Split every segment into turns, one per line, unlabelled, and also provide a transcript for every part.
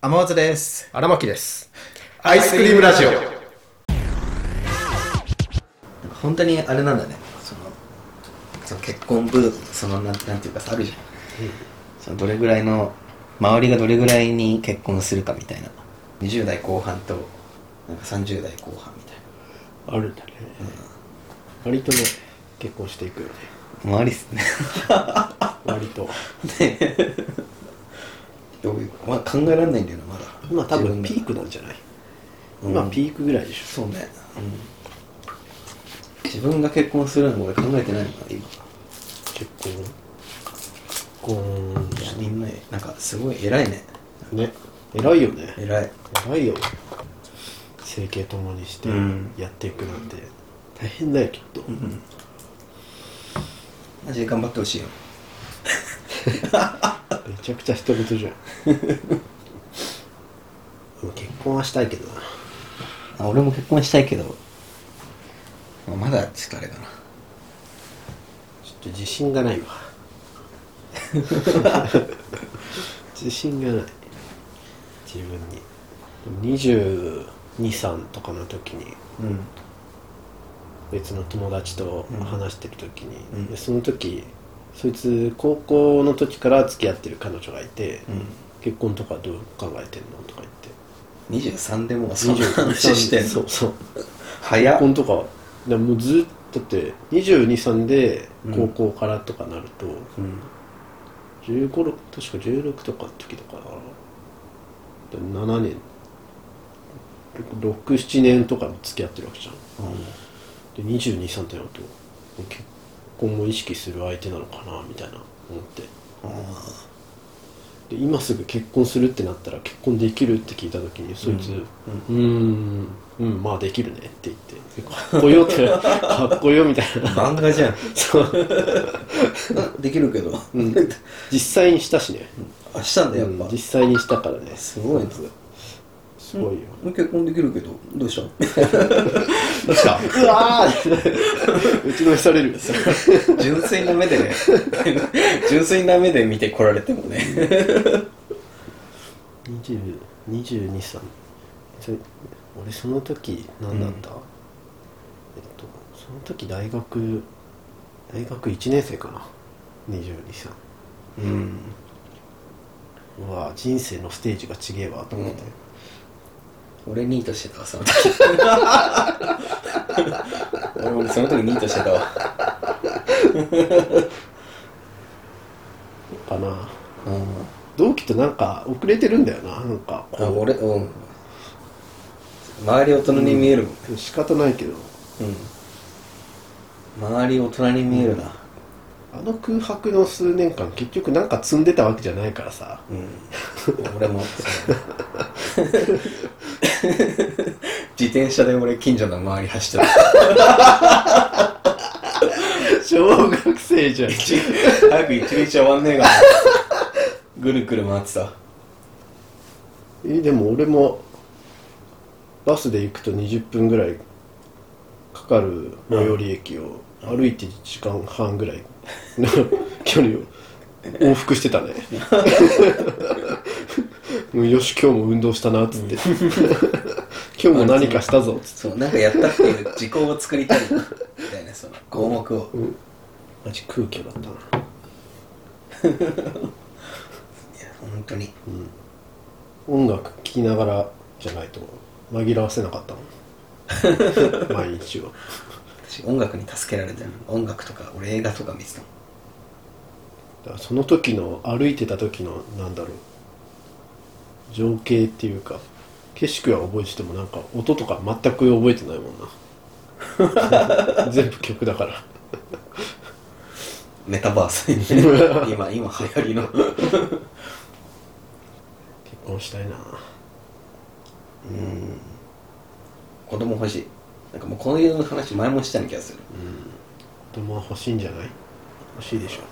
天松です
荒牧です
アイスクリームラジオ
本当にあれなんだねそのその結婚ブームそのなんなんていうかさあるじゃん、そのどれぐらいの周りがどれぐらいに結婚するかみたいな20代後半となんか30代後半みたい
あるんだね、割とね結婚していくよね
な周りっすね
割と
どういうまあ、考えられないんだよなまだ
今多分
自
ピ
分
ーク
が
なんじゃない、
うん
今ピークぐらいでし
そうね、うん、自分が結婚するの俺考えてないのかな今
ょ結婚
いやみんななんかすごい偉いね
結婚ね偉いよね
偉い
偉いよ生計ともにして
うん
やっていくなんて大変だよきっと、
マジで頑張ってほしいよ
めちゃくちゃ人事 じゃんでも結婚はしたいけどな
あ俺も結婚したいけど、まあまだちょっとあれだな
ちょっと自信がない わ自信がない自分に2 2 3とかの時に
うん
別の友達と話してる時に、
うん
でその時そいつ高校の時から付き合ってる彼女がいて、
うん
結婚とかどう考えてんのとか言って
23でもうそんな
23
話してん
そ
の
うそう
早
結
っ
婚とかでもうずっとだって223で高校からとかなると、
うん
15六確か16とかの時とかなで7年67年とか付き合ってるわけじゃんで223ってなるともう結婚も意識する相手なのかなみたいな思ってで今すぐ結婚するってなったら結婚できるって聞いた時にそいつ「うーんうんまあできるね」って言って「かっこよ」って「 かっこよ」みたいな
漫画じゃん
そう
できるけど、
ん実際にしたしね
あしたんだやっ
うん
ぱ、
実際にしたからね
すごいね
すごいよ、
結婚できるけどどうした
どうした うわー 打ちのめされる
純粋な目で ね純粋な目で見てこられてもね
20 22歳それ俺その時何だった、えっとその時大学大学1年生かな22歳
うん
うわー人生のステージがちげえわと思って、
俺ニートしてたわその 時俺俺その時ニートしてたわ
かな
うん
同期となんか遅れてるんだよななんか
あ俺うん周り大人に見えるもんね
仕方ないけど
うん、周り大人に見えるな
あの空白の数年間結局なんか積んでたわけじゃないからさ
うん、俺もそう自転車で俺近所の周り走って た
小学生じゃん
早く一日終わんねえかなぐるぐる回ってた
えでも俺もバスで行くと20分ぐらいかかる最寄り駅を歩いて1時間半ぐらいの 距離を往復してた ねもうよし今日も運動したなっつって 今日も何かしたぞっつっ
そうなんかやったっていう時効を作りたいみたいなその項目を
てマジ空虚だったない
や本当に
音楽聴きながらじゃないと紛らわせなかった もん毎日を
私音楽に助けられてる音楽とか俺映画とか見てたもん
だからその時の歩いてた時のなんだろう情景っていうか景色は覚えててもなんか音とか全く覚えてないもんな 全部曲だから
メタバースに ね今今流行りの
結婚したいな
子供欲しいなんかもうこういう話前もしたような気がする、
子供は欲しいんじゃない欲しいでしょ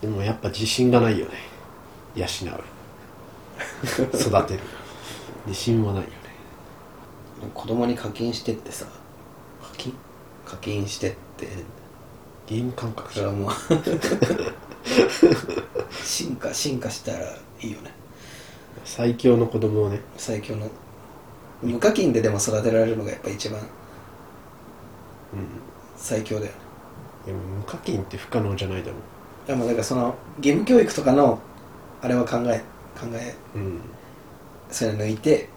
でもやっぱ自信がないよね養う育てる自信はないよね
子供に課金してってさ課金課金してって
ゲーム感覚
そ
じ
れ
ゃ
は
ん
もう進化進化したらいいよね
最強の子供をね
最強の無課金ででも育てられるのがやっぱ一番最強だよね
でも無課金って不可能じゃないだろ
でもなんかその義務教育とかのあれは考え考え
ううん
それ抜いて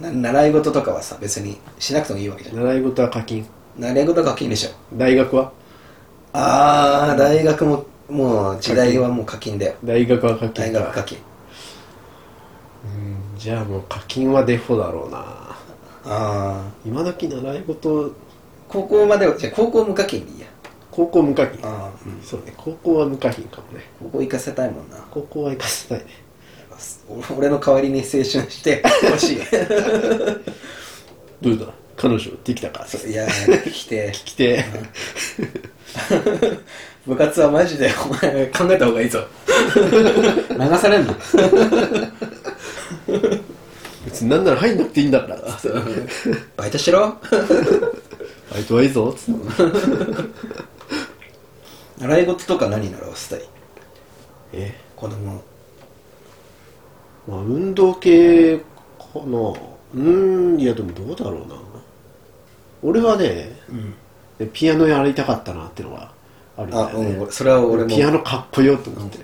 な習い事とかはさ別にしなくてもいいわけじゃん
習い事は課金
習い事は課金でしょ
大学は
ああ大学ももう時代はもう課金だよ
大学は課金か
大学課金
うんじゃあもう課金はデフォだろうな
ああ
今時習い事
高校まではじゃあ高校無課金でいいや
高校無課金
ああ、うん
そうね高校は無課金かもね
高校行かせたいもんな
高校は行かせたいね
お俺の代わりに青春してほしい
どうだ彼女できたか
そういや来て
来て
部活はマジでお前考えた方がいいぞ流されんの
別になんなら入んなくていいんだから
バイトしろ
バイトはいいぞつって
習い事とか何習わせたい
え
子供
まあ運動系かなうーんいやでもどうだろうな俺はね
うん
ピアノやりたかったなってのがあるん
あ
だよ
う
ね
ん俺それは俺
ピア
も
ノかっこよと思って、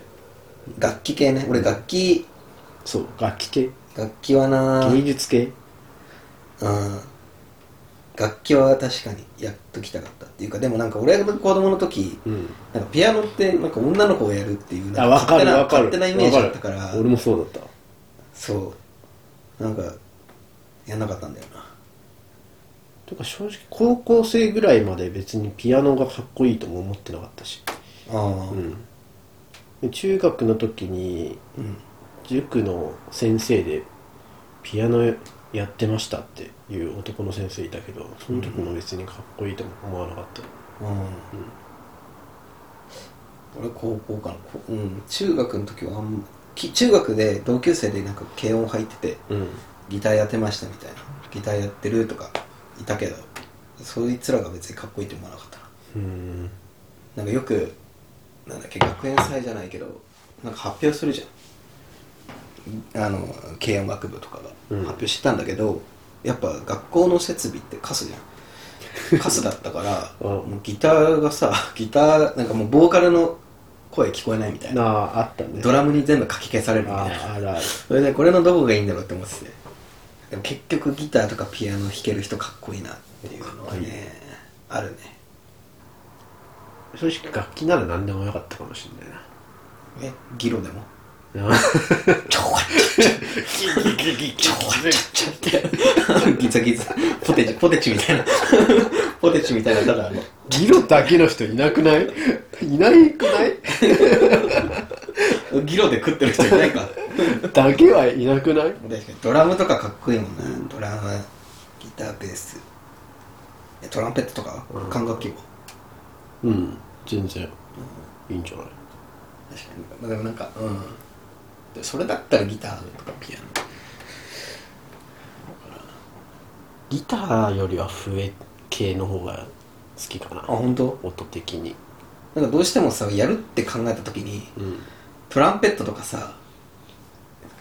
楽器系ね俺楽器
そう楽器系
楽器はな
芸術系
うん楽器は確かにやっときたかったっていうかでもなんか俺が子供の時
うん
なんかピアノってなんか女の子をやるっていう
あ
な
分
ん
か
勝手
る
な
分かる
勝手なイメージだったから
わる俺もそうだったわ
そうなんかやんなかったんだよな
とか正直高校生ぐらいまで別にピアノがかっこいいとも思ってなかったし、
ああ
うんで中学の時に
うん
塾の先生でピアノやってましたっていう男の先生いたけどその時も別にかっこいいとも思わなかった、
うん、俺高校かな、こうん、中学の時はあんまき中学で同級生でなんか軽音入ってて
うん
ギターやってましたみたいなギターやってるとかいたけどそいつらが別にかっこいいと思わなかったな
うん
なんかよくなんだっけ学園祭じゃないけどなんか発表するじゃんあの軽音楽部とかが
うん
発表してたんだけど、やっぱ学校の設備ってカスじゃんカスだったから
うん
もうギターがさギターなんかもうボーカルの声聞こえないみたい
な
な
ああったね
ドラムに全部かき消されるみ
あ
たい
あ
な
あるある
それでこれのどこがいいんだろうって思っててでも結局ギターとかピアノ弾ける人かっこいいなっていうのは
かっ
ね
こいい
あるね
正直楽器なら何でもよかったかもしれないな
えギロで も ちょこちょこちょってギザギザポテチポテチみたいなポテチみたいなただあの
ギロだけの人いなくないいないくない
ギロで食ってる人いないか
だけはいなくない
確かにドラムとかかっこいいもんなドラムギターベースえトランペットとか
うん
管楽器も
うん全然いいんじゃない
確かにまあでもなんかうんでそれだったらギターとかピアノ
ギターよりは笛系の方が好きかな
本当？
音的に
なんかどうしてもさやるって考えた時に
うん
トランペットとかさ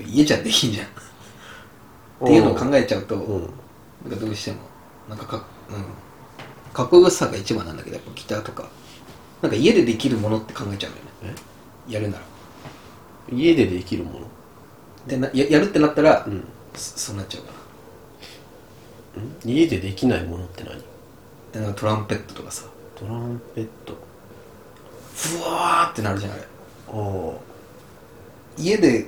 家じゃできんじゃんっていうのを考えちゃうと、
うん
なんかどうしてもなんかか,、うん、かっこよさが一番なんだけどやっぱギターとかなんか家でできるものって考えちゃうんだよね
え
やるなら
家でできるもの
でなややるってなったら、
うん
そそうなっちゃうかな
家でできないものって何
でなんかトランペットとかさ
トランペット
ふわーってなるじゃんあれ
あ
家で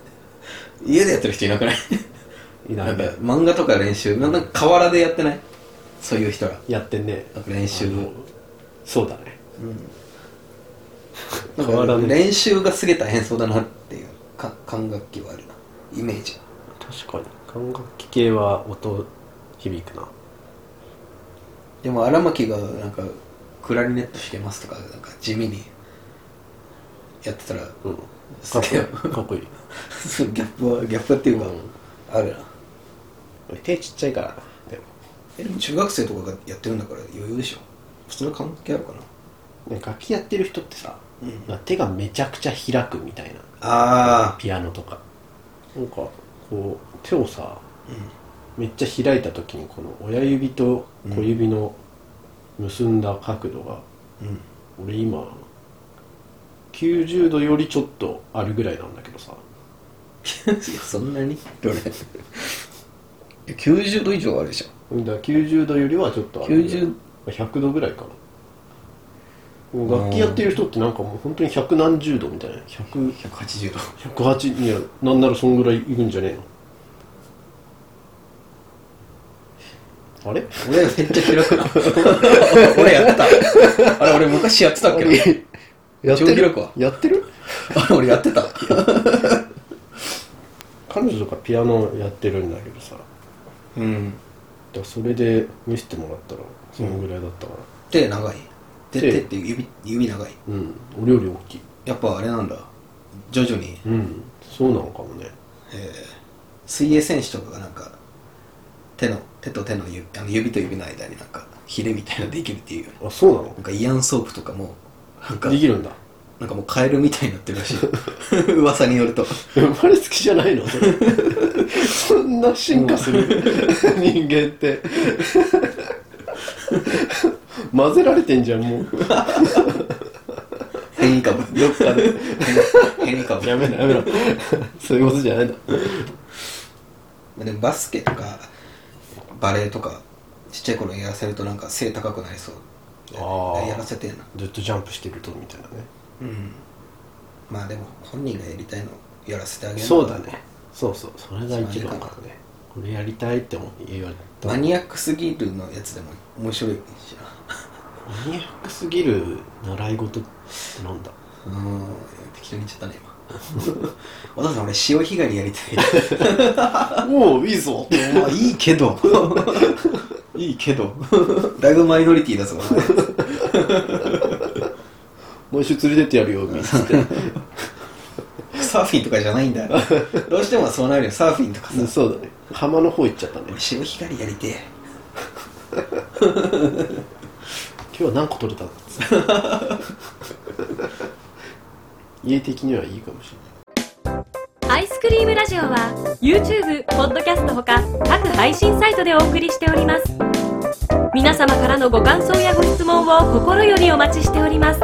家でやってる人いなくない
あいな
なん
い
か
ね
漫画とか練習ななんか河原でやってないそういう人ら
やってんね
なんか練習を
そうだね
なん
河
か
原で
練習がすげえ大変そうだなっていうか管楽器はあるなイメージ
確かに管楽器系は音響くな
でも荒牧がなんかクラリネット弾けますとかなんか地味にやってたら
うん
すげえ
かっこいいかっこいい
そうギャップはギャップっていうか、
うん
あるな
俺手ちっちゃいからなでも
えでも中学生とかがやってるんだから余裕でしょ普通の関係あるかな
ね楽器やってる人ってさ、
うん
なんか手がめちゃくちゃ開くみたいな
あ
ピアノとか
あ
なんかこう手をさ、めっちゃ開いた時にこの親指と小指の結んだ角度が、
うん
俺今90度よりちょっとあるぐらいなんだけどさ
いやそんなにどれいや90度以上あるでしょ
だから90度よりはちょっとある
90
まあ100度ぐらいかなもう楽器やってる人ってなんかもう本当に百何十度みたいな100
180度
108いやなんならそんぐらいいくんじゃねえのあれ
俺めっちゃ開くな 俺やってたあれ俺昔やってたっけな
や
超広くは
やってる
あ れ俺やってた
彼女とかピアノやってるんだけどさだか
うん
らそれで見せてもらったらそのぐらいだったか
手長い手
手
手って指指長い
らうん、お料理大きい
やっぱあれなんだ徐々に
うんそうなのかもね
水泳選手とかがなんか手の手と手の指あの指と指の間になんかヒレみたいなのできるっていうよ
あそうな
なんかイアンソープとかもなんか
のできるんだ
なんかもうカエルみたいになってるらしい 噂によると
生まれつきじゃないのそれそんな進化する人間って混ぜられてんじゃんもう
変異株
どっかで
変異株
やめろやめろそういうことじゃないんだ
でもバスケとかバレエとかちっちゃい頃やらせるとなんか背高くなりそう
あー
やらせてえな
ずっとジャンプしてるとみたいなね
うんまあでも本人がやりたいのやらせてあげるの
そうだねそうそうそれが一番だからねこれやりたいって思って言われた
マニアックすぎるのやつでも面白いし
マニアックすぎる習い事ってなんだ
なうん適当に言っちゃったね 今お父さん俺潮干狩りやりたい
おおいいぞ
まあいいけどいいけどだいぶマイノリティだぞ
毎週連れてってやるよみたい
俺サーフィンとかじゃないんだよどうしてもそうなるよサーフィンとか
な
さ
そうだね浜の方行っちゃったね
俺潮干狩りやりてえ
今日は何個取れたんだ 家的にはいいかもしれない
アイスクリームラジオは YouTube、ポッドキャストほか各配信サイトでお送りしております皆様からのご感想やご質問を心よりお待ちしております